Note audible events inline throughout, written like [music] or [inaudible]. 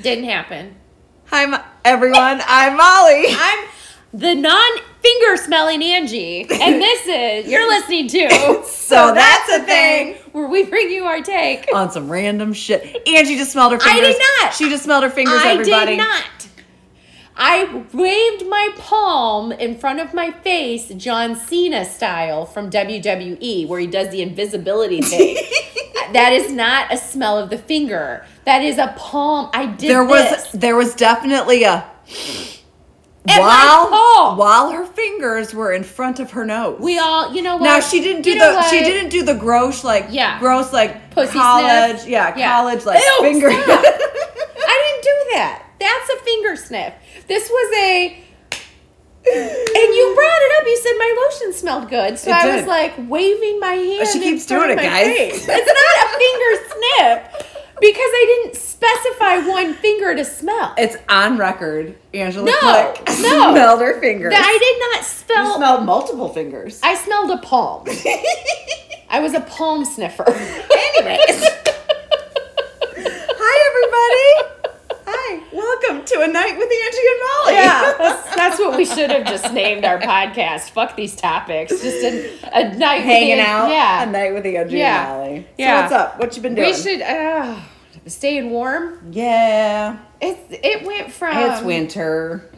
Didn't happen. Hi, Mo- everyone. I'm Molly. I'm the non finger smelling Angie, and this is you're listening [laughs] to. So, that's a where we bring you our take. [laughs] On some random shit. Angie just smelled her I fingers. did not. She just smelled her fingers, I everybody. did not. I waved my palm in front of my face, John Cena style from WWE, where he does the invisibility [laughs] thing. that is not a smell of the finger. That is a palm. I did. There was this. there was definitely a my while palm. while her fingers were in front of her nose. We all, you know what? now she didn't do You know the she what? didn't do the gross like Yeah. gross like Pussy college sniff. yeah, Yeah. college like Ew, finger stop. I didn't do that. That's a finger sniff. This was a. And you brought it up. You said my lotion smelled good, so It I did. was like waving my hand. She in keeps front doing of it, my guys. face. It's [laughs] not a finger sniff because I didn't specify one finger to smell. [laughs] It's on record. Angela No, Click no. [laughs] smelled her fingers. That I did not spell. you smelled multiple fingers. I smelled a palm. [laughs] I was a palm sniffer. Anyways. Hi, everybody. [laughs] Hi. Welcome to A Night with Angie and [laughs] Molly. Yeah, [laughs] that's, that's what we should have just named our podcast. Fuck these topics. Just a, a night with Hanging Angie- out. A Yeah, Night with Angie Yeah. and Molly. So Yeah. what's up? What you been doing? we should. Uh, staying warm. yeah. It's it went from it's winter.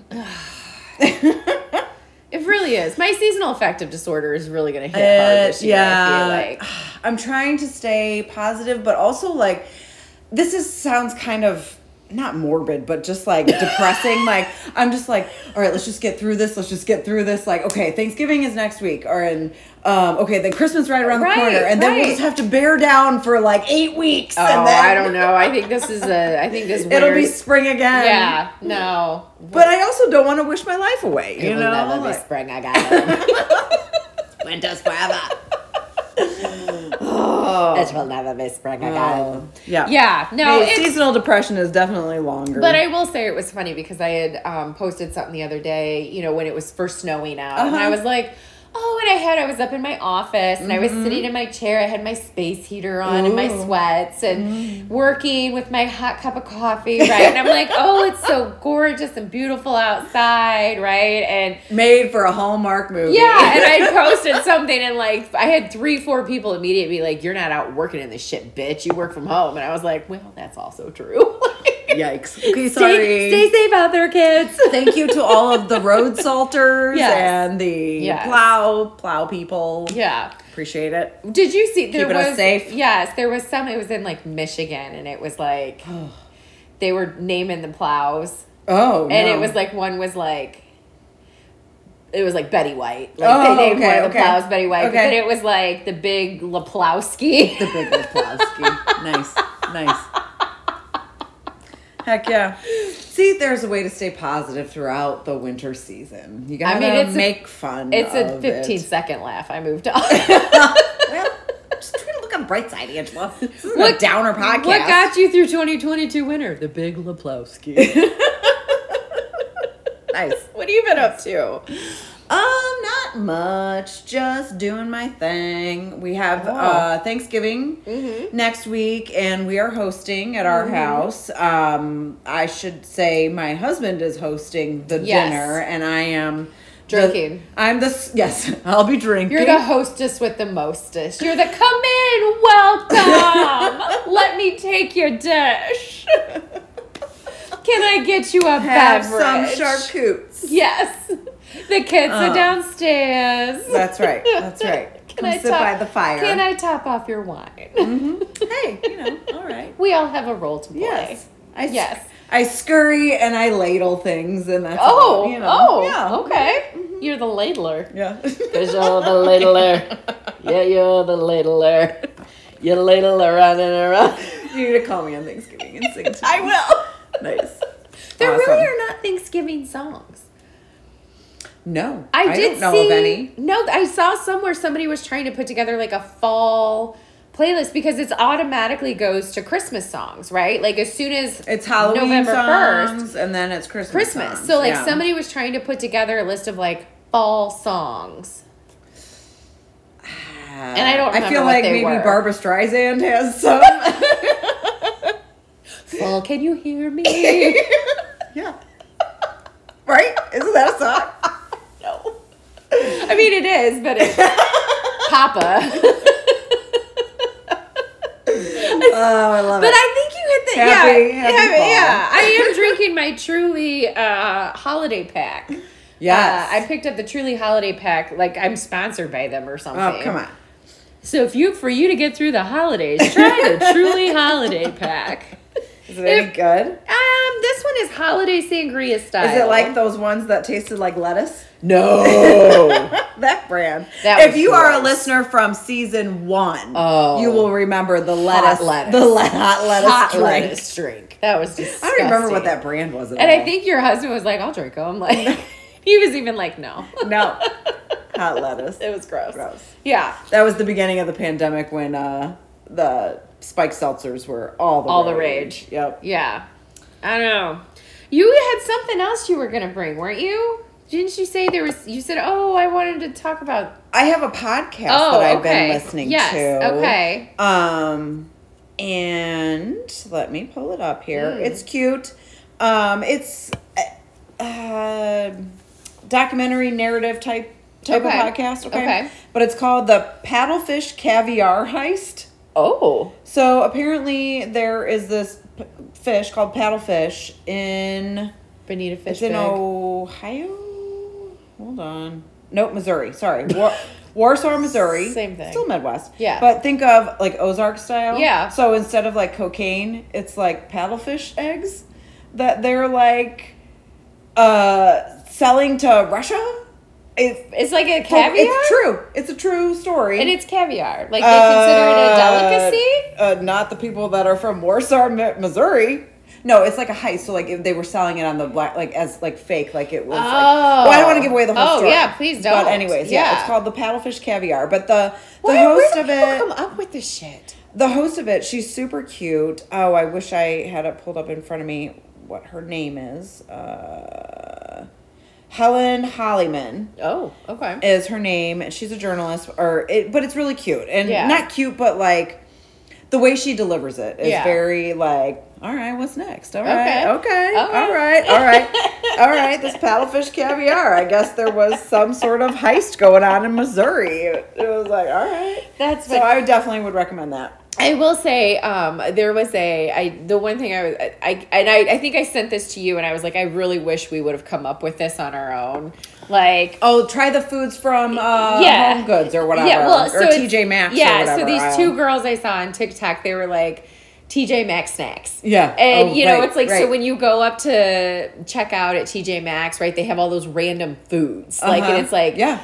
It really is. My seasonal affective disorder is really going to hit hard Uh, this year. I yeah. feel [laughs] like [sighs] I'm trying to stay positive, but also like this is sounds kind of not morbid, but [laughs] just like depressing. like I'm just like, all right, let's just get through this. Let's just get through this. Like, okay, Thanksgiving is next week, or in um, okay, then Christmas right around the Right, corner, and then we'll right. just have to bear down for like eight weeks. oh, and then I don't know. I think this is a. I think this It'll be winter's- spring again. Yeah. No. But I also don't want to wish my life away. You It'll know, never be Like, spring. I got [laughs] it. Winter's [laughs] forever. oh. It will never be spring. I got it. Um, yeah. Yeah. No. Hey, it's- seasonal depression is definitely longer. But I will say it was funny because I had um, posted something the other day, you know, when it was first snowing out. And Uh-huh. I was like, oh, and I had, I was up in my office and I was sitting in my chair. I had my space heater on and my Mm-hmm. Ooh. Mm. sweats and working with my hot cup of coffee, right? and I'm [laughs] like, oh, it's so gorgeous and beautiful outside, right? And made for a Hallmark movie. yeah, and I posted something, and like I had three, four people immediately be like, "You're not out working in this shit, bitch. You work from home." And I was like, "Well, that's also true." [laughs] [laughs] Yikes. Okay, sorry. Stay, stay safe out there, kids. Thank you to all of the road salters Yes. and the Yes. plow plow people. Yeah. Appreciate it. Did you see there Keeping was us safe. Yes, there was some it was in like Michigan and it was like [sighs] they were naming the plows Oh, and no. it was like one was like it was like Betty White. Like they Oh, named okay, one of the okay. plows Betty White, Okay. but then it was like the big Laplowski. [laughs] the big Lebowski. nice, nice. Heck yeah! See, there's a way to stay positive throughout the winter season. You gotta I mean, it's a- make fun. it's a of fifteen second It. laugh. I moved on. [laughs] Well, just try to look on the bright side, Angela. This is a What- downer podcast. What got you through 2022 winter? The big Laplowski. nice. [laughs] what have you been up to? Um, not much. Just doing my thing. We Oh, have uh, Thanksgiving Mm-hmm. next week, and we are hosting at our house. Um, I should say my husband is hosting the Yes. dinner, and I am the- Drinking. I'm the s- yes. [laughs] I'll be drinking. You're the hostess with the mostest. You're the come in, [laughs] welcome. Let me take your dish. Can I get you a have beverage? some charcutes. Yes. The kids Uh. are downstairs. That's right. That's right. [laughs] Can Come I sit top- by the fire. Can I top off your wine? Mm-hmm. hey, you know, all right. [laughs] We all have a role to play. Yes. I, sc- Yes. I scurry and I ladle things, and that's Oh, all, you know. oh, yeah. Mm-hmm. okay. You're the ladler. Yeah. Cause you're the [laughs] ladler. Yeah, you're the ladler. You ladle around and around. You need to call me on Thanksgiving [laughs] and sing to me. will. Nice. There really Awesome. are not Thanksgiving songs. No. I, did don't know see, of any. No, I saw somewhere somebody was trying to put together like a fall playlist because it's automatically goes to Christmas songs, right? Like as soon as It's Halloween November songs, and then it's Christmas. Christmas. songs. So like Yeah. somebody was trying to put together a list of like fall [laughs] songs. and I don't I remember feel what like they maybe were. [laughs] Barbara Streisand has some. Well, can you hear [laughs] me? Yeah. right? Isn't that [laughs] a song? no. I mean, it is, but [laughs] it's Papa. Oh, I love But it. I think you hit the Happy- yeah, happy yeah, fall. yeah. I am drinking my Truly uh, holiday pack. yes. Uh, I picked up the Truly holiday pack. Like I'm sponsored by them or something. oh, come on. So if you for you to get through the holidays, try [laughs] the Truly holiday pack. Is it any If- good? Um, this one is holiday sangria style. Is [laughs] it like those ones that tasted like lettuce? no? [laughs] That brand. That if was you are a gross. listener from season one, Oh. you will remember the lettuce, Hot lettuce. the le- hot lettuce, Hot drink. lettuce drink. That was disgusting. I don't remember what that brand was. At And all. I think your husband was like, "I'll drink them." [laughs] Like he was even like, "No." [laughs] no, hot lettuce. [laughs] It was gross. Gross. Yeah. That was the beginning of the pandemic when uh, the spike seltzers were all the All the rage. Yep. Yeah. I don't know. You had something else you were gonna bring, weren't you? Didn't you say there was? You said, "Oh, I wanted to talk about." I have a podcast Oh, that I've okay. been listening Yes, to. okay. Um, and let me pull it up here. Hmm. It's cute. Um, it's uh, uh, documentary narrative type type Okay. of podcast. Okay. Okay. But it's called the Paddlefish Caviar Heist. Oh. So apparently there is this p- fish called paddlefish in Bonita it's fish. in bag. Ohio. Hold on. Nope, [laughs] Missouri. Sorry. War- Warsaw, Missouri. Same thing. Still Midwest. Yeah. But think of like Ozark style. Yeah. So instead of like cocaine, it's like paddlefish eggs that they're like uh selling to Russia. It, It's like a caviar. It's true. It's a true story. And it's caviar. Like they consider it a delicacy. Uh, not the people that are from Warsaw, Mi- Missouri. No, it's like a heist. So like if they were selling it on the black, like as like fake, like it was. like- Oh. well, I don't want to give away the whole Oh, story. yeah, please But don't. anyways, yeah. Yeah. it's called the Paddlefish Caviar. But the the Why- where host do of people it, oh, Come up with this shit. the host of it, she's super cute. Oh, I wish I had it pulled up in front of me. What her name is? Uh, Helen Hollyman Oh. Okay. is her name. and She's a journalist, or it, but it's really cute and Yeah. not cute, but like the way she delivers it is Yeah. very like, all right, what's next? All right, Okay. okay, All all right, all [laughs] right, all right. This paddlefish caviar. I guess there was some sort of heist going on in Missouri. It was like, all right. That's So what- I definitely would recommend that. I will say um, there was a I the one thing I was I, I and I, I think I sent this to you and I was like I really wish we would have come up with this on our own like Oh, try the foods from uh, Yeah. Home Goods or whatever, or it's- TJ Maxx. or Yeah, so whatever these aisle. two girls I saw on TikTok, they were like TJ Maxx snacks. Yeah. and Oh, you know right, it's like so right. when you go up to check out at TJ Maxx, right? They have all those random foods, like Uh-huh. and it's like yeah.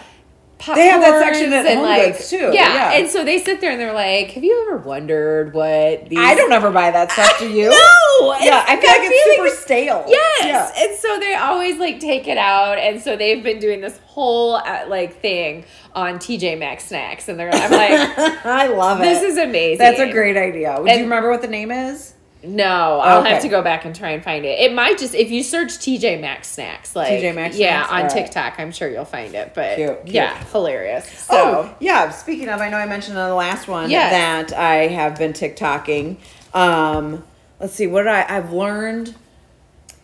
popcorns They have that section at Home Goods, too. Yeah. Yeah. and so they sit there and they're like, "Have you ever wondered what these?" I don't ever buy that stuff. Do you? [laughs] No, Yeah, I feel like it's super feeling- stale. Yes, and so they always like take it out, and so they've been doing this whole uh, like thing on TJ Maxx snacks, and they're I'm like, [laughs] [laughs] Yeah. I love it. this is amazing. That's a great idea. Do And- you remember what the name is? No, I'll Okay. have to go back and try and find it. It might just if you search TJ Maxx snacks, like TJ Maxx yeah, snacks? on Alright. TikTok, I'm sure you'll find it. But Cute, cute. yeah, hilarious. So Oh, yeah. Speaking of, I know I mentioned in the last one Yes. that I have been TikToking. Um, let's see what did I I've learned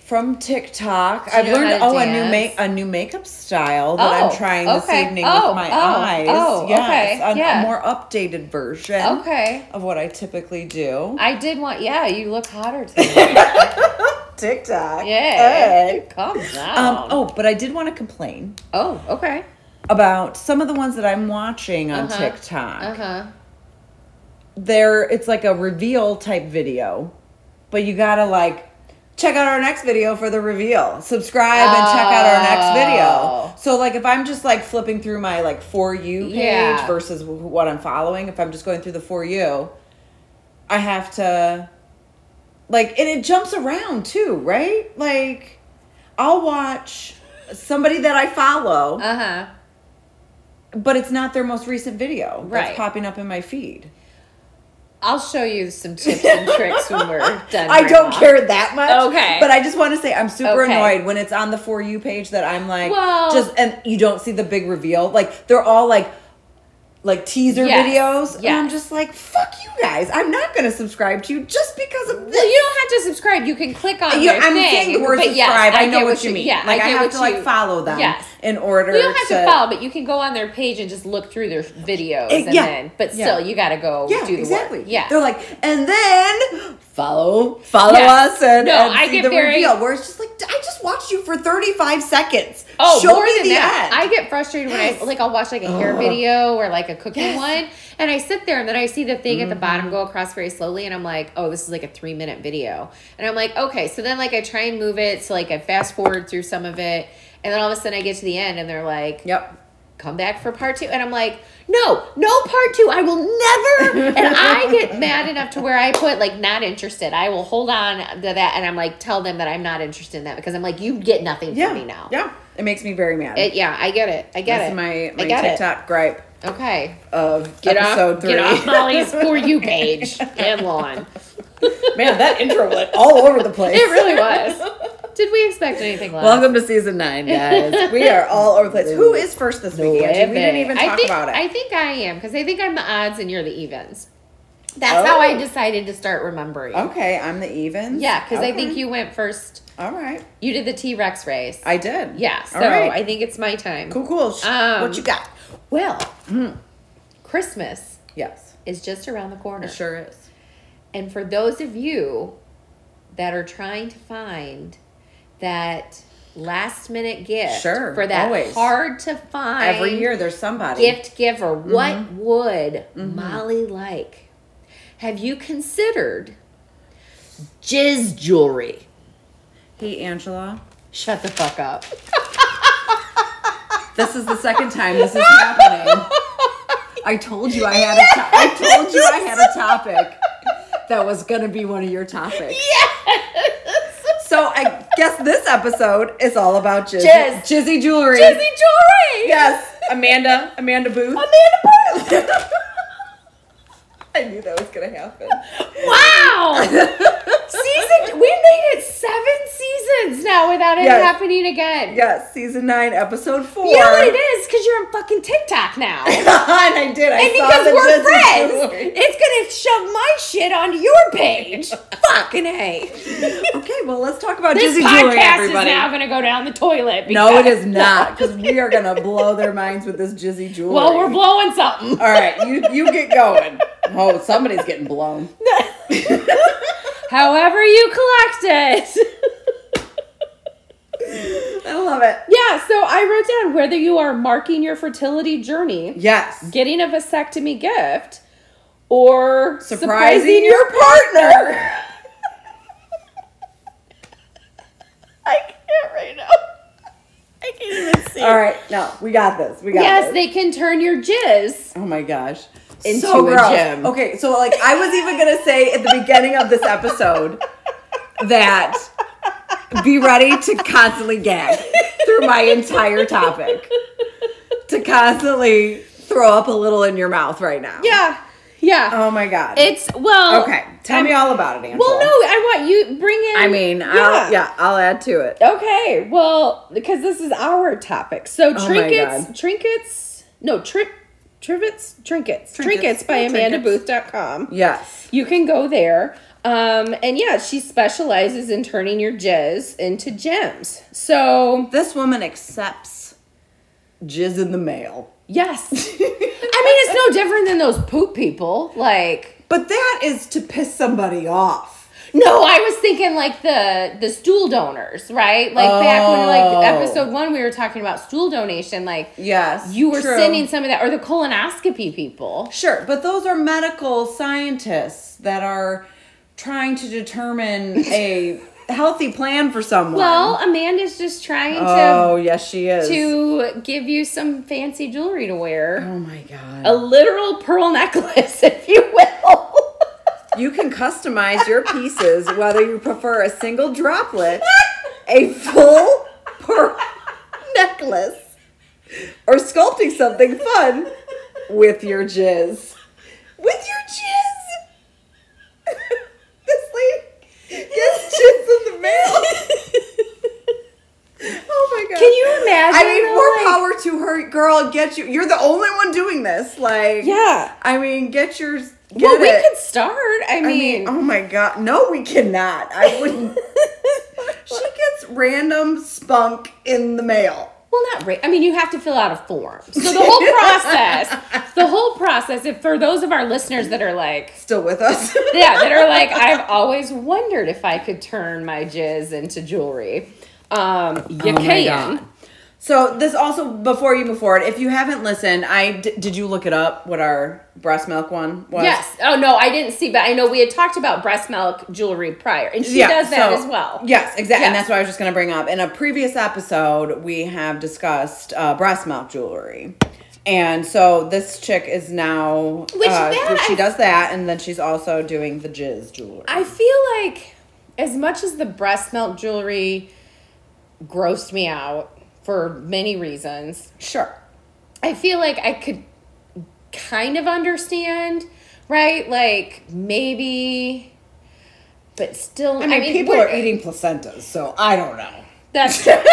from TikTok. I've you know learned how to oh a new make dance? a new makeup style that Oh, I'm trying this okay. evening Oh, with my oh, eyes. oh, yes, okay, a, yeah. a more updated version okay, of what I typically do. I did want. Yeah, you look hotter [laughs] today. TikTok. yeah, Hey. calm down. Um, oh, but I did want to complain oh, okay, about some of the ones that I'm watching on Uh-huh. TikTok. uh huh. There, it's like a reveal type video, but you gotta like check out our next video for the reveal. Subscribe and check out our Oh. next video. So, like, if I'm just like flipping through my like for you page Yeah. versus wh- what I'm following, if I'm just going through the for you, I have to like, and it jumps around too, right? Like, I'll watch somebody that I follow. Uh huh. but it's not their most recent video Right. that's popping up in my feed. I'll show you some tips [laughs] and tricks when we're done. I don't Grandma. care that much. Okay. But I just want to say I'm super Okay. annoyed when it's on the For You page that I'm like, Well- just, and you don't see the big reveal. Like, they're all like, like teaser Yes, videos. And I'm yes. just like, fuck you guys. I'm not going to subscribe to you just because of Well, this. you don't have to subscribe. You can click on. You- their I'm thing, saying the word but yes, subscribe. I, know get what you mean. Yeah, like get I, have what to like you- follow them Yes. in order You don't have to follow, but you can go on their page and just look through their videos, Eh, and yeah. then. But Yeah. still, you got to go Yeah, do the exactly. work. Yeah, They're like, and then follow follow Yes. us and, No, and I see get the very- reveal. Where it's just like, I just watched you for 35 seconds. Oh, Show more me than the that. end. I get frustrated when Yes. I like I'll watch like a hair Ugh. video or like a cooking Yes. Mm-hmm. one, and I sit there and then I see the thing at the bottom go across very slowly, and I'm like, oh, this is like a three minute video, and I'm like, okay, so then like I try and move it, so like I fast forward through some of it, and then all of a sudden I get to the end, and they're like, yep. come back for part two. And I'm like, no, no part two. I will [laughs] never. and I get mad enough to where I put like not interested. I will hold on to that and I'm like, tell them that I'm not interested in that because I'm like, you get nothing Yeah. from me now. Yeah. It makes me very mad. It, yeah, I get it. I get That's it. my, my I get TikTok gripe it. Okay. of Get episode off, three. get off Molly's for [laughs] you page and lawn. [laughs] Man, that intro went all over the place. [laughs] It really was. Did we expect anything less? Welcome to season nine, guys. We are all over the place. Who is first this week, Angie? We didn't even I talk think, about it. I think I am because I think I'm the odds and you're the evens. That's how Oh. I decided to start remembering. okay, I'm the even. Yeah, because I think Okay. you went first. All right. You did the T Rex race. I did. yeah, so All right. I think it's my time. cool, Hmm. cool. Sh- Um, what you got? Well, Christmas Yes. is just around the corner. sure is. And for those of you that are trying to find that last minute gift Sure, for that always. hard to find Every year Mm-hmm. there's somebody. gift giver, what would Molly like? Have you considered jizz jewelry? Hey, Angela. Shut the fuck up. This is the second time this is happening. I told you I had a to- I told you I had a topic that was going to be one of your topics. Yes! So I guess this episode is all about jizz- Jizz. Jizzy jewelry. Jizzy jewelry! Yes, Amanda. Amanda Booth. Amanda Booth! [laughs] I knew that was gonna [laughs] happen. Wow! [laughs] Season, we made it seven seasons now without it Yes. happening again. Yes, season nine, episode four. You know what it is? Because you're on fucking TikTok now. and [laughs] I did. I And saw because the we're Jizzy friends, jewelry. it's gonna shove my shit onto your [laughs] page. Fucking a. Okay, well let's talk about This Jizzy jewelry, podcast is everybody. now gonna go down the toilet. no, it because- is not, because we are gonna blow their minds with this Jizzy jewelry. Well, we're blowing something. All right, [laughs] you you get going. Oh, somebody's getting blown. [laughs] However, you collect it. [laughs] I love it. yeah. So I wrote down whether you are marking your fertility journey, Yes. getting a vasectomy gift, or Surprising, [laughs] your partner. I can't right now. I can't even see. All right, no, we got this. We got Yes, this. they can turn your jizz. Oh my gosh. Into a gym. Okay, so like I was even gonna say at the beginning of this episode that be ready to constantly gag through my entire topic. To constantly throw up a little in your mouth right now. Yeah. Yeah. Oh my god. Um, it's well. okay. Tell me I'm- all about it, Angela. um, Well, no, I want you bring in. I mean, I'll yeah, I'll add to it. Okay, well, because this is our topic. So Oh my trinkets, God. trinkets, no trip, trivets, trinkets, trinkets, Trinkets. by Yeah, trinkets. AmandaBooth.com. Yes. You can go there. Um, and yeah, she specializes in turning your jizz into gems. So This woman accepts jizz in the mail. [laughs] yes, I mean it's no different than those poop people. Like But that is to piss somebody off. no, I was thinking like the the stool donors, right? Like back when Oh. like episode one, we were talking about stool donation. Like Yes. You were true. sending some of that, or the colonoscopy people. Sure, but those are medical scientists that are trying [laughs] to determine a healthy plan for someone. Well, Amanda's just trying oh, yes, she is. to to give you some fancy jewelry to wear, oh my god. a literal pearl necklace, [laughs] if you will. You can customize your pieces whether you prefer a single droplet, a full pearl necklace, or sculpting something fun with your jizz. With your jizz. [laughs] this lady gets jizz in the mail. oh my god. [laughs] Can you imagine, Oh I mean, though, more like- power to her or girl, get you. You're the only one doing this. Like, Yeah. I mean, get your. Get [laughs] well, we it. could start. I I mean, mean, oh my god, no, we cannot. [laughs] I wouldn't. she gets random spunk in the mail. well, not right. I mean, you have to fill out a form. So the whole [laughs] process, the whole process. If for those of our listeners that are like, Still with us? [laughs] yeah, that are like, I've always wondered if I could turn my jizz into jewelry. Um, you Oh my can. God. so this also before you move forward, if you haven't listened, I d- did you look it up? What our breast milk one was? Yes. Oh no, I didn't see, but I know we had talked about breast milk jewelry prior, and she does that so- as well. Yes, exactly. And Yeah. that's what I was just going to bring up. In a previous episode, we have discussed uh, breast milk jewelry. And so this chick is now Which uh, that she I- does that, and then she's also doing the jizz jewelry. I feel like as much as the breast milk jewelry grossed me out for many reasons, sure. I feel like I could kind of understand, right? Like maybe, but still, I mean, people are we're- eating placentas, so I don't know. That's [laughs] It's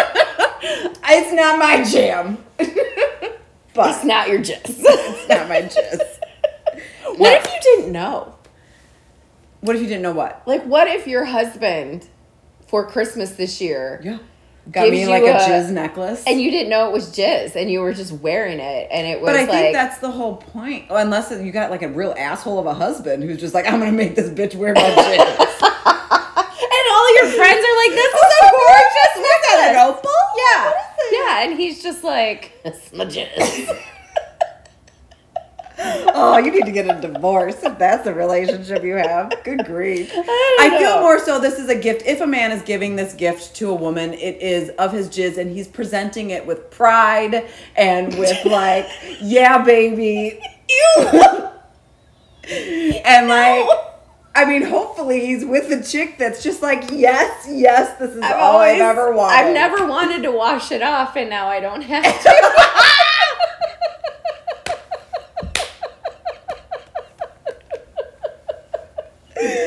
not my jam, [laughs] but it's not your jizz. it's not my jizz. [laughs] what if you didn't know? [laughs] What if you didn't know what? Like, what if your husband for Christmas this year? Got Gives me you like a, a- jizz necklace. And you didn't know it was jizz, and you were just wearing it, and it was But I like, think that's the whole point. Well, unless you got like a real asshole of a husband who's just like, I'm gonna make this bitch wear my [laughs] jizz. and all your friends are like, "This is so [laughs] gorgeous. Was that an opal? Yeah. [laughs] yeah," and he's just like, "It's my jizz." Oh, you need to get a divorce if that's the relationship you have. Good grief. [laughs] I I don't feel know. more so this is a gift. If a man is giving this gift to a woman, it is of his jizz and he's presenting it with pride and [laughs] with like, yeah, baby. [laughs] and like I mean, hopefully he's with the chick that's just like, yes, yes, this [laughs] is I've all always- I've ever wanted. I've never wanted to wash it off, and now I don't have to. [laughs]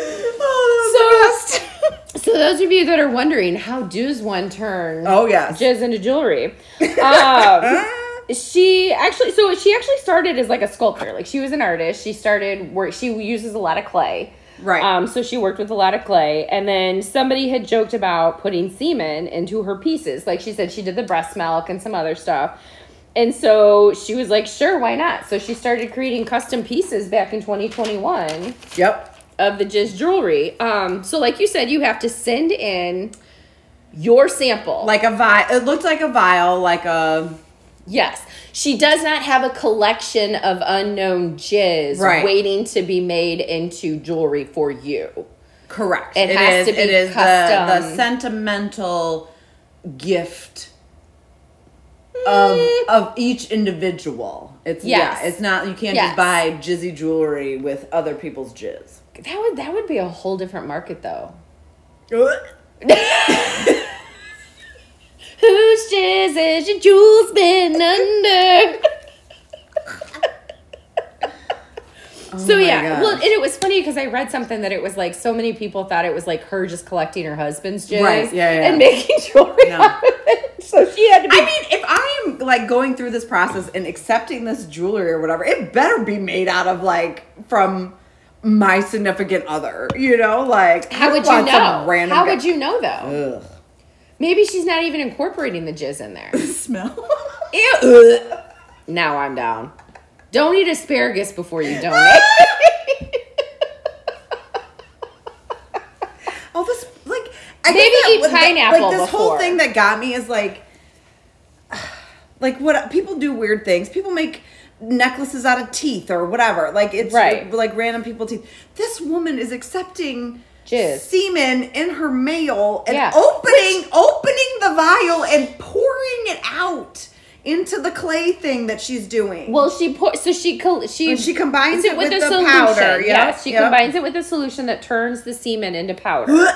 Oh, that was the [laughs] [laughs] best. so, those of you that are wondering, how does one turn oh yes. jizz into jewelry? [laughs] Um, she actually so she actually started as like a sculptor like she was an artist she started work she uses a lot of clay Right. um so she worked with a lot of clay and then somebody had joked about putting semen into her pieces like she said she did the breast milk and some other stuff and so she was like sure why not so she started creating custom pieces back in 2021 yep. of the jizz jewelry um so like you said you have to send in your sample Like a vial. It looked like a vial, like a Yes. She does not have a collection of unknown jizz Right. waiting to be made into jewelry for you. correct. It has to be It is the, the custom. sentimental gift of of each individual. It's Mm. Yes. yeah. It's not you can't Yes. just buy jizzy jewelry with other people's jizz. That would that would be a whole different market though. Whose jizz is your jewels [laughs] been under? so Oh my yeah, well, gosh. and it was funny because I read something that it was like so many people thought it was like her just collecting her husband's jizz Right, yeah, yeah, and yeah. making jewelry No. out of it. So she had to be I mean, if I am like going through this process and accepting this jewelry or whatever, it better be made out of like from my significant other. You know, like I How would you want some know? Random How guy- would you know though? Ugh. Maybe she's not even incorporating the jizz in [laughs] there. smell? Ew. Ugh. Now I'm down. Don't eat asparagus before you [laughs] donate. All this like I Maybe guess eat that- pineapple Like this whole before. thing that got me is like, [sighs] like what people do weird things. People make necklaces out of teeth or whatever. Like it's Right. like random people teeth. This woman is accepting Jizz. semen in her mail and Yeah. opening opening the vial and pouring it out into the clay thing that she's doing. well, she pour, so she col- she And she is combines it with the powder, solution. yeah, Yes, she yeah. combines it with a solution that turns the semen into [gasps] powder.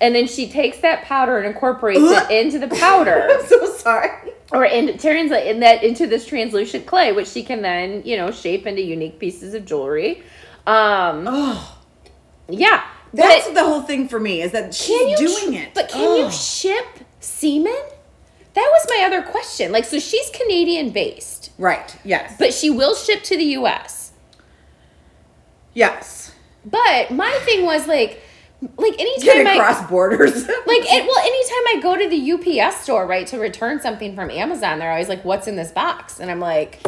and then she takes that powder and incorporates Ugh. [gasps] it into the powder. [laughs] I'm so sorry. or in turns it in that into this translucent clay, which she can then you know shape into unique pieces of jewelry. Um, yeah, but That's it- the whole thing for me is that she's can you doing sh- it. But can you Ugh. ship semen? That was my other question. Like, so she's Canadian based, Right. Yes. but she will ship to the US. yes. But my thing was like, like anytime Get I across borders. [laughs] like it, well, anytime I go to the UPS store, right, to return something from Amazon, they're always like, "What's in this box?" And I'm like,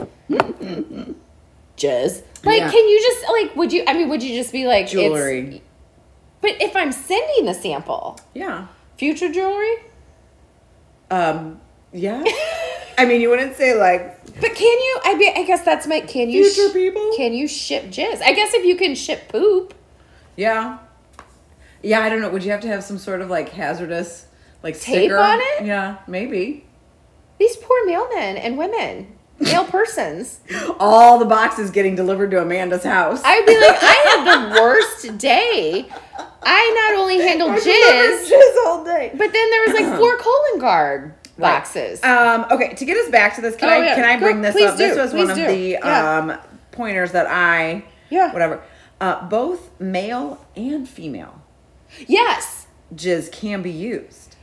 "Jizz." Like, Yeah. can you just like, would you? I mean, would you just be like it's- Jewelry. but if I'm sending the sample, yeah. future jewelry. Um. [laughs] Yeah. I mean, you wouldn't say like But can you? I be, I guess that's my. Can you? Future people? Can you ship jizz? I guess if you can ship poop. Yeah. Yeah, I don't know. Would you have to have some sort of like hazardous like Tape sticker? on it? Yeah, maybe. These poor mailmen and women, male persons. All the boxes getting delivered to Amanda's house. I'd be like, I had the worst day. I not only handled I jizz, delivered jizz all day. but then there was like four colon guard Right. boxes. Um, okay, to get us back to this, can Oh, I yeah. can I Go- bring this please up? This do. was one of Please do. the Yeah. um, pointers that I Yeah. whatever. Uh, both male and female yes, jizz can be used.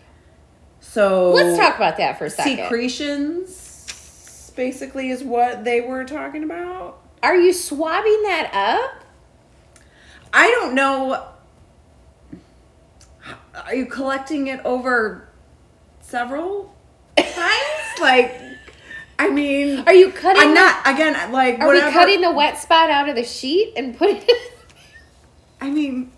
So let's talk about that for a second. secretions basically is what they were talking about. Are you swabbing that up? I don't know. Are you collecting it over several times? like, I mean, Are you cutting? I'm the- not again. Like, Are whatever. we cutting the wet spot out of the sheet and putting it? I mean,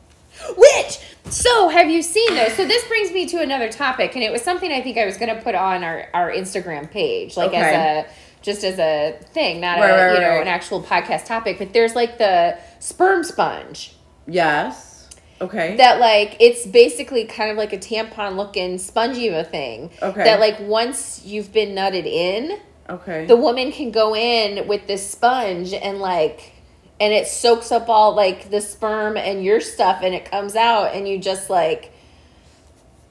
Which, so have you seen those? So this brings me to another topic, and it was something I think I was going to put on our, our Instagram page, like Okay. as a just as a thing, not Right, a right, you know right, right. an actual podcast topic. But there's like the sperm sponge yes. Okay. that like it's basically kind of like a tampon looking spongy of a thing. Okay. That like once you've been nutted in, okay. the woman can go in with this sponge and like and it soaks up all like the sperm and your stuff and it comes out and you just like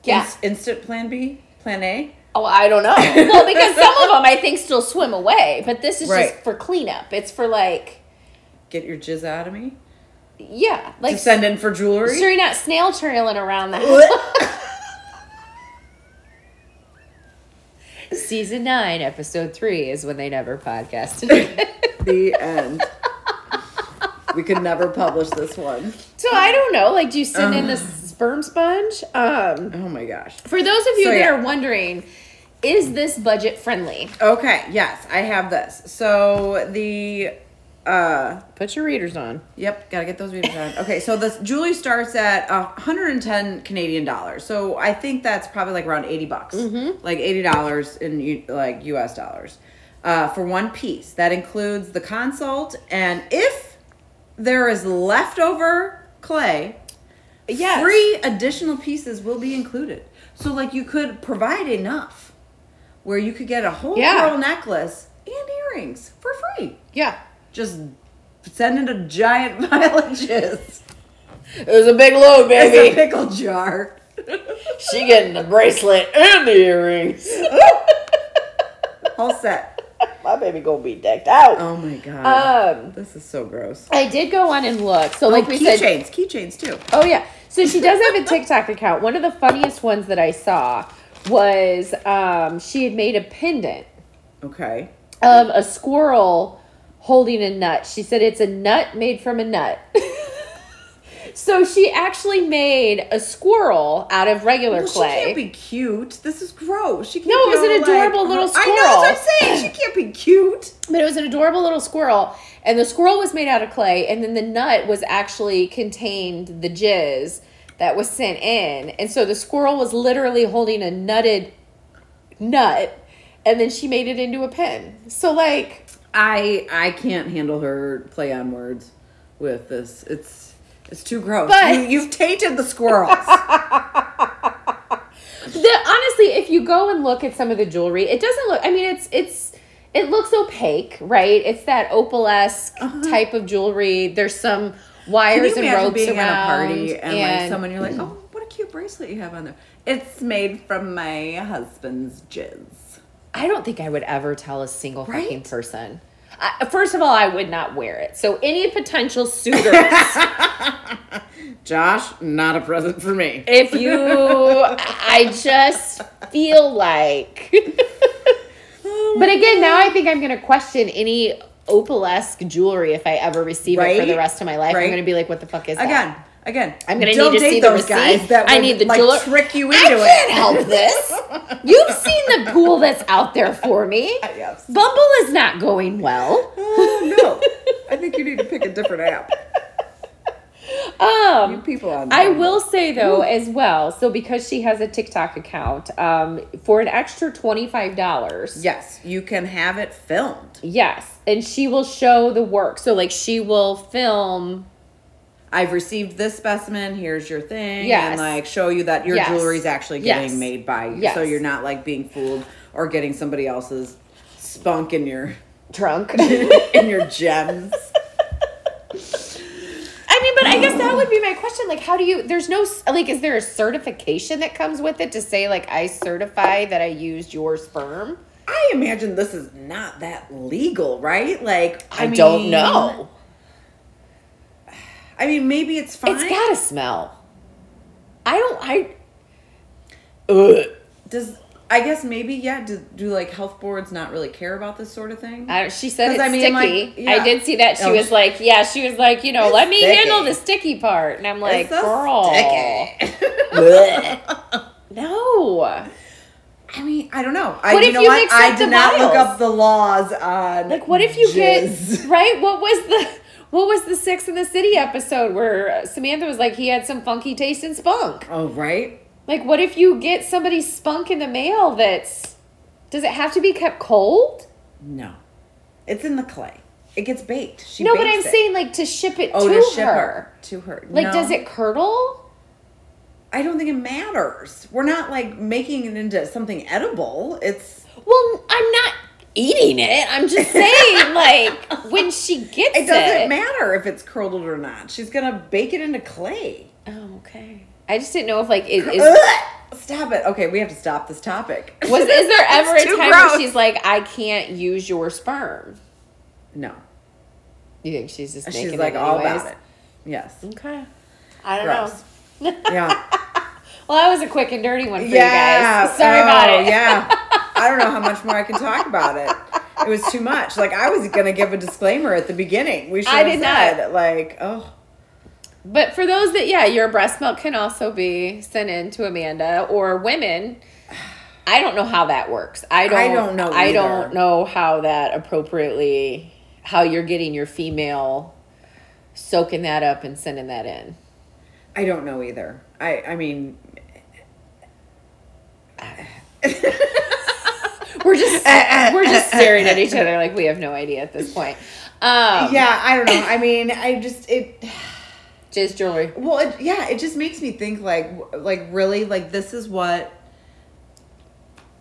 yeah Ins- instant plan B, plan A. oh i don't know [laughs] well because some [laughs] of them i think still swim away but this is Right. just for cleanup it's for like Get your jizz out of me. yeah To like so send in for jewelry. you're not snail trailing around the house. [laughs] season 9 episode 3 is when they never [laughs] podcasted the end. We could never publish this one. So I don't know. Like, do you send in the sperm sponge? Um, Oh my gosh. for those of you So, that yeah. are wondering, is this budget friendly? Okay, yes, I have this. So the uh Put your readers on. yep, gotta get those readers on. Okay, so this Julie starts at uh, 110 Canadian dollars. So I think that's probably like around 80 bucks. Mm-hmm. Like 80 dollars in U- like US dollars. Uh, for one piece. That includes the consult and if there is leftover clay, Yes. Three additional pieces will be included. So, like, you could provide enough where you could get a whole Yeah. pearl necklace and earrings for free. Yeah. Just send it a giant [laughs] pile of jizz. It was a big load, It's a pickle jar. [laughs] she getting the bracelet and the [laughs] earrings. All set. My baby gonna be decked out. Oh my god. Um, this is so gross. Oh, I did go on and look. So, like we said, keychains, keychains too. Oh yeah. So she does have a TikTok account. One of the funniest ones that I saw was um, she had made a pendant Okay. of a squirrel holding a nut. She said it's a nut made from a nut. [laughs] so she actually made a squirrel out of regular Well, she clay. can't be cute. This is gross. She can't. No, it be was an all, like- adorable little I know that's what I'm squirrel. saying. She can't be cute. But it was an adorable little squirrel, and the squirrel was made out of clay, and then the nut was actually contained the jizz that was sent in, and so the squirrel was literally holding a nutted nut, and then she made it into a pen. So like, I I can't handle her play on words with this. It's it's too gross. But- you, you've tainted the [laughs] squirrels. the, honestly, if you go and look at some of the jewelry, it doesn't look. I mean, it's it's it looks opaque, right? It's that opal esque type of jewelry. There's some Uh-huh. Can wires you and imagine ropes being around at a party and, like and- someone you're like, oh, what a cute bracelet you have on there. It's made from my husband's jizz. I don't think I would ever tell a single Right? fucking person. I, first of all, I would not wear it. So any [laughs] potential suitors, Josh, not a present for me. if you, I just feel like [laughs] But again, now I think I'm going to question any opalesque jewelry if I ever receive it for Right? the rest of my life. I'm Right? going to be like, what the fuck is that? Again, again. I'm gonna don't need to date see the those receipt. guys that I would, need the like, jeweler- trick you I into can't it. help this. You've seen the pool that's out there for [laughs] me. Yes. Bumble is not going well. Oh no. I think you need to pick a different [laughs] app. Um, You people on I Bumble. will say though as well. So because she has a TikTok account, um, for an extra twenty five dollars. Yes, you can have it filmed. Yes, and she will show the work. So like she will film. I've received this specimen. Here's your thing, Yes. and like show you that your Yes. jewelry is actually getting Yes. made by you, Yes. so you're not like being fooled or getting somebody else's spunk [laughs] in your Drunk. in your gems. I mean, but I guess that would be my question. Like, how do you? There's no s- like, is there a certification that comes with it to say like I certify that I used your sperm? I imagine this is not that legal, right? Like I, I, don't mean- know. I mean, maybe it's fine. It's gotta smell. I don't. I. Ugh. Does I guess maybe yeah? Do, do like health boards not really care about this sort of thing? I, she said 'Cause it's I mean, like, sticky. yeah. I did see that. She Oh, was sh- like, yeah, she was like, you know, It's let me sticky. handle the sticky part. And I'm like, It's so girl. sticky. [laughs] Blech. no. I mean, I don't know. I, What you if know you what? mix I up did the not look vials? up the laws on Like, what if you jizz. [laughs] get right? What was the what was the Six in the City episode where Samantha was like he had some funky taste in spunk? Oh right. Like, what if you get somebody's spunk in the mail? That's does it have to be kept cold? No, it's in the clay. It gets baked. She no, but bakes I'm it. saying like to ship it oh to, to, ship her. her. to her. Like, No. does it curdle? I don't think it matters. We're not like making it into something edible. It's Well, I'm not eating it. I'm [laughs] just saying, like, when she gets it it, doesn't matter if it's curdled or not. She's gonna bake it into clay. Oh, okay. I just didn't know if like it is. Ugh! [laughs] Stop it. Okay, we have to stop this topic. Was [laughs] is there ever a It's too time gross. where she's like, I can't use your sperm? no? You think she's just making She's like it all anyways? about it. Yes. Okay. I don't Gross. know. [laughs] Yeah. Well, that was a quick and dirty one for you guys. [laughs] Sorry oh, about it. Yeah. [laughs] I don't know how much more I can talk about it. It was too much. Like I was gonna give a disclaimer at the beginning. We should I have did said like, oh But for those that, yeah, your breast milk can also be sent in to Amanda or women. I don't know how that works. I don't. I don't know I don't either. know how that appropriately how you're getting your female soaking that up and sending that in. I don't know either. I I mean We're [laughs] just we're just staring at each other like we have no idea at this [laughs] point. Um, yeah, I don't know. I mean, I just it Jizz jewelry. well, it, yeah, it just makes me think like w- like really like this is what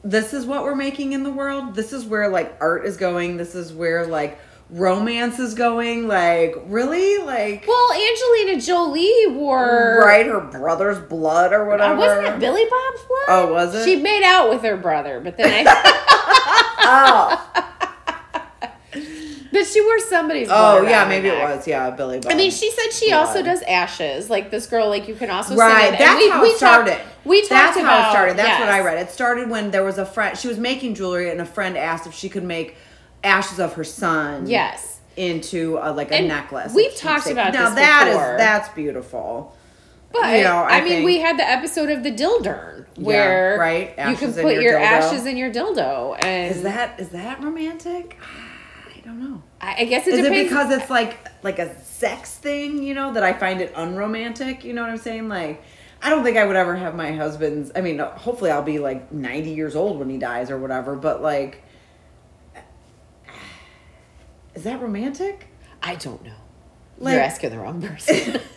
this is what we're making in the world. This is where like art is going. This is where like romance is going. Like really like Well, Angelina Jolie wore right her brother's blood or whatever. Uh, wasn't it Billy Bob's blood? Oh, was it? She made out with her brother, but then [laughs] I oh, [laughs] but she wore somebody's. oh blood yeah, around her maybe it neck. was. Yeah, Billy. Bob. I mean, she said she also Blood. does ashes. Like this girl, like you can also Send Right, it. And that's how it talked- started. we talked That's about how it started. That's what I yes. read. It started when there was a friend. She was making jewelry, and a friend asked if she could make ashes of her son. Yes. Into a, like a And necklace. we've Keep talked safe. about now this that is- before. that's beautiful. But You know, I I, mean, think- we had the episode of the dildern Yeah, where right, you can ashes in put your your, dildo. ashes in your dildo, and Is that is that romantic? [sighs] I don't know. I, I guess it Is depends. it because it's like like a sex thing, you know, that I find it unromantic? You know what I'm saying? Like, I don't think I would ever have my husband's. I mean, hopefully, I'll be like 90 years old when he dies or whatever. But like, is that romantic? I don't know. Like- You're asking the wrong person. [laughs]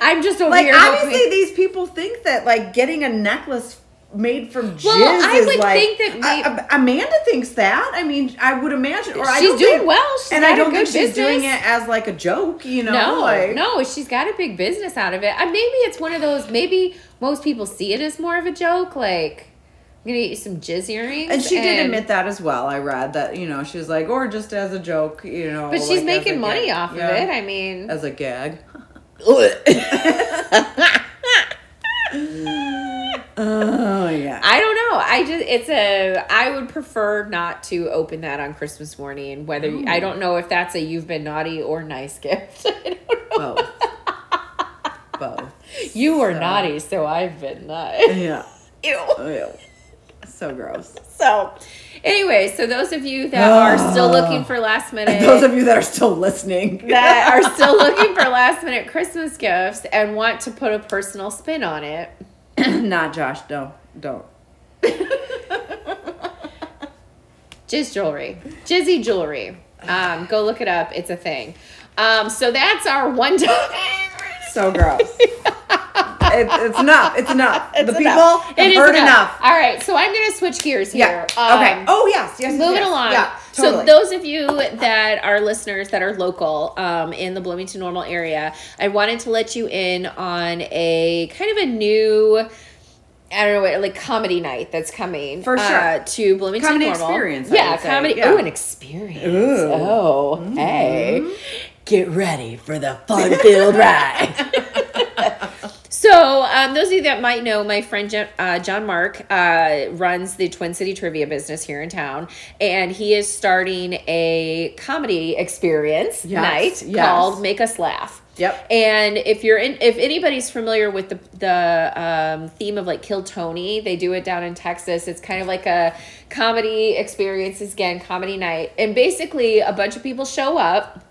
I'm just over Like, here. hoping- obviously, these people think that like getting a necklace made from jizz I is would like. think that may- I- I- Amanda thinks that. I mean, I would imagine. Or I She's don't doing think- well. She's and got I a don't think good she's doing business. it as like a joke. You know, No, like, no, she's got a big business out of it. Uh, maybe it's one of those. Maybe most people see it as more of a joke. Like, I'm gonna get you some jizz earrings. And she did admit that as well. I read that, you know, she was like, or just as a joke, you know. But she's like, as a making money gag. off of Yeah. it. I mean, [laughs] as a gag. oh, yeah. I don't know. I just it's a I would prefer not to open that on Christmas morning and whether I don't know if that's a you've been naughty or nice gift. [laughs] I don't know. [laughs] both. both. You were So- naughty, so I've been nice. [laughs] Yeah. Ew. Ew. So gross. So anyway, so those of you that are still looking for last minute Ah. [laughs] Those of you that are still listening, that are [laughs] still looking for last minute Christmas gifts and want to put a personal spin on it. [laughs] not Josh. No, don't. Jizz jewelry. Jizzy jewelry. Um, go look it up. It's a thing. Um, so that's our one topic. So [laughs] gross. it, it's enough. It's enough. the enough. people It have is heard enough. All right, so I'm going to switch gears Yeah. here. Um, okay. Oh yes. Yes. yes, Moving yes. along. Yeah. So Totally. those of you that are listeners that are local um, in the Bloomington Normal area, I wanted to let you in on a kind of a new, I don't know what, like comedy night that's coming For sure. uh, to Bloomington Comedy Normal. experience, I Yeah, would say. comedy. Yeah. Oh, an experience. Ooh. Mm-hmm. Oh, hey. Get ready for the fun [laughs] filled ride. So, um, those of you that might know, my friend Jo- uh, John Mark uh, runs the Twin City Trivia business here in town, and he is starting a comedy experience Yes, night yes. called Make Us Laugh. Yep. And if you're in, if anybody's familiar with the the um, theme of like Kill Tony, they do it down in Texas. It's kind of like a comedy experience again, comedy night, and basically a bunch of people show up.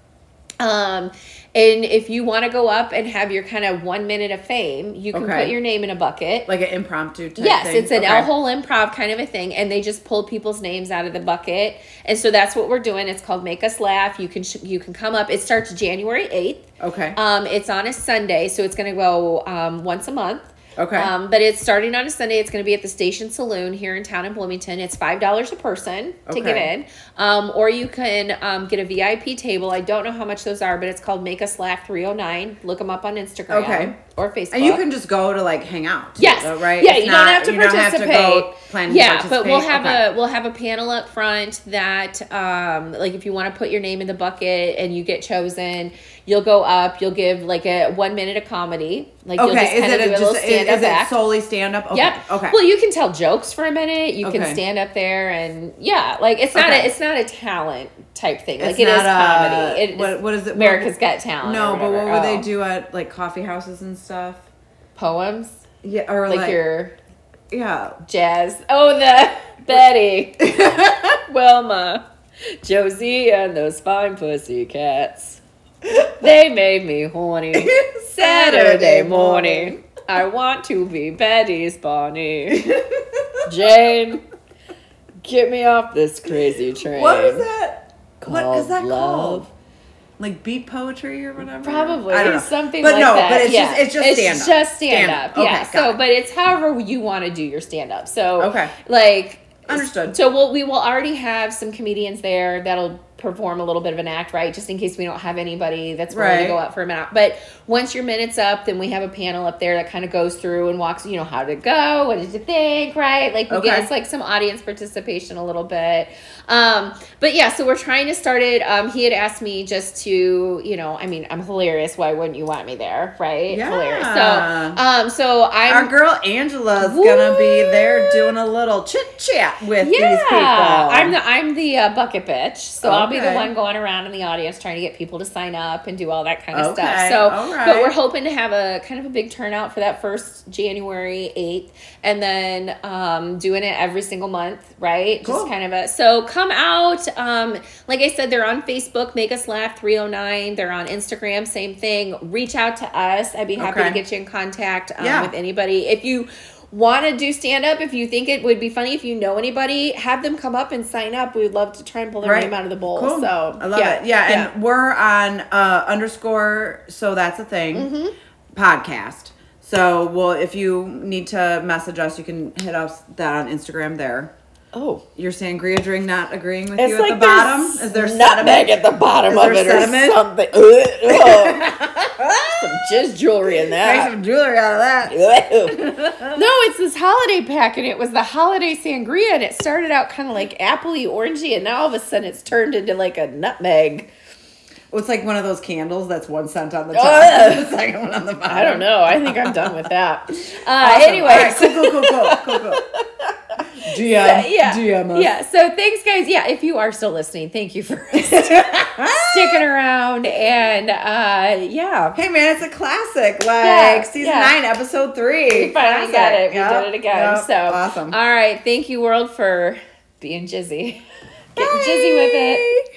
Um, and if you want to go up and have your kind of one minute of fame, you can Okay. put your name in a bucket. like an impromptu. Type yes, thing. it's an Okay. L hole improv kind of a thing, and they just pull people's names out of the bucket, and so that's what we're doing. It's called Make Us Laugh. You can sh- you can come up. It starts January eighth. Okay. Um, it's on a Sunday, so it's going to go um, once a month. Okay. Um, but it's starting on a Sunday. It's going to be at the Station Saloon here in town in Bloomington. It's five dollars a person to get Okay. in, um, or you can um, get a VIP table. I don't know how much those are, but it's called Make Us Laugh three hundred nine. Look them up on Instagram, Okay. or Facebook. and you can just go to like hang out. too, Yes. though, right. Yeah, It's you not- don't have to you participate. go plan to yeah, but we'll participate. have Okay. a we'll have a panel up front that um like if you want to put your name in the bucket and you get chosen, you'll go up, you'll give like a 1 minute of comedy. Like you'll just Okay. Is kind it of do a, a little just stand is, up is it act. solely stand up? Okay. Yep. Okay. Well, you can tell jokes for a minute. You can Okay. stand up there and yeah, like it's not a, Okay. it's not a talent type thing. It's Like it is not a- comedy. It is what- what is it- America's Got Talent. no, or but what whatever. would they Oh. do at like coffee houses and stuff? Poems Yeah, or like, like, your [laughs] yeah. Jazz. Oh, [laughs] the Betty, Wilma, Josie, and those fine pussy cats. They made me [laughs] horny. Saturday morning, I want to be Betty's [laughs] Bonnie. Jane, get me off this crazy train. What is that? What Called is that love. called? Like beat poetry or whatever. Probably I don't know. something But like no, that. but it's yeah. just it's just stand up. just stand up. Okay, yeah. got So, it. but it's however you want to do your stand up. So, Okay. like Understood. So we'll, we will already have some comedians there that'll perform a little bit of an act, right? Just in case we don't have anybody that's willing to Right. go up for a minute. But once your minute's up, then we have a panel up there that kind of goes through and walks, you know, how did it go? What did you think? Right? Like we get Okay. it's like some audience participation a little bit. Um, but yeah, so we're trying to start it. Um, he had asked me just to, you know, I mean, I'm hilarious. Why wouldn't you want me there? Right? Hilarious. So, Yeah. um, so I'm Our girl Angela's gonna be there doing a little chit chat with these people. I'm the I'm the uh, bucket bitch, so I'll be the Okay. one going around in the audience trying to get people to sign up and do all that kind of stuff. Okay, So, all but right. we're hoping to have a kind of a big turnout for that first January eighth, and then um, doing it every single month, right? Cool. Just kind of a so come out. Um, like I said, they're on Facebook, Make Us Laugh three hundred nine. They're on Instagram, same thing. Reach out to us. I'd be happy to Okay. get you in contact um, Yeah. with anybody if you want to do stand up if you think it would be funny if you know anybody have them come up and sign up we would love to try and pull their name out of the bowl Cool. so I love it. Yeah, and we're on uh, underscore. So that's a thing. Mm-hmm. Podcast. So well, if you need to message us, you can hit us that on Instagram there. oh Your sangria drink not agreeing with it's you at like the bottom. Is there nutmeg sediment? at the bottom Is of it there or sediment? something Ugh, [laughs] ugh. some jizz jewelry in Uh. Make that some jewelry out of that. Oh. [laughs] no it's this holiday pack and it was the holiday sangria and it started out kind of like appley orangey and now all of a sudden it's turned into like a nutmeg It's like one of those candles that's one [laughs] scent on the top, [laughs] Ugh. the second one on the bottom. Oh, I don't know. I think I'm done with [laughs] that. Uh, Um, Awesome. Anyways. All right, cool, cool, cool, cool, cool, cool. [laughs] DM, Uh, yeah. DM us. Yeah. So thanks, guys. Yeah. If you are still listening, thank you for [laughs] sticking around. And uh, yeah. Hey man, it's a classic. Like Yeah, season yeah. nine, episode three. We finally Classic. got it. We Yep, did it again. yep. So awesome. All right. Thank you, world, for being jizzy. [laughs] Getting jizzy with it. Bye.